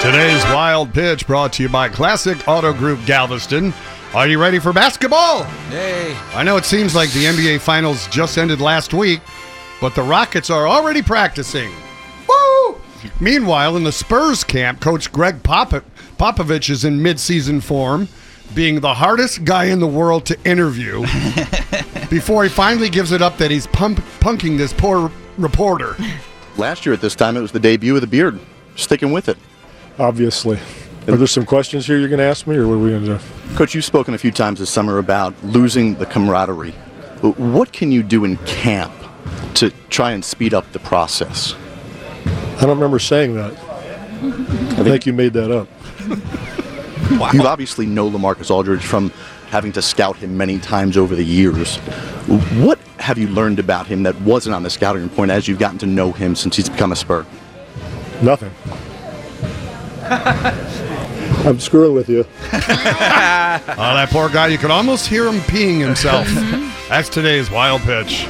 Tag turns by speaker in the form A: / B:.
A: Today's wild pitch brought to you by Classic Auto Group Galveston. Are you ready for basketball?
B: Hey.
A: I know it seems like the NBA Finals just ended last week, but the Rockets are already practicing. Woo! Meanwhile, in the Spurs camp, Coach Greg Popo- Popovich is in midseason form, being the hardest guy in the world to interview before he finally gives it up that he's pump- punking this poor reporter.
C: Last year at this time, it was the debut of the beard. Sticking with it.
D: Obviously. Are there some questions here you're going to ask me, or what are we going to do?
C: Coach, you've spoken a few times this summer about losing the camaraderie. What can you do in camp to try and speed up the process?
D: I don't remember saying that. I think you made that up.
C: You obviously know Lamarcus Aldridge from having to scout him many times over the years. What have you learned about him that wasn't on the scouting report as you've gotten to know him since he's become a Spur?
D: Nothing. I'm screwing with you.
A: Oh, that poor guy, you could almost hear him peeing himself. That's today's wild pitch.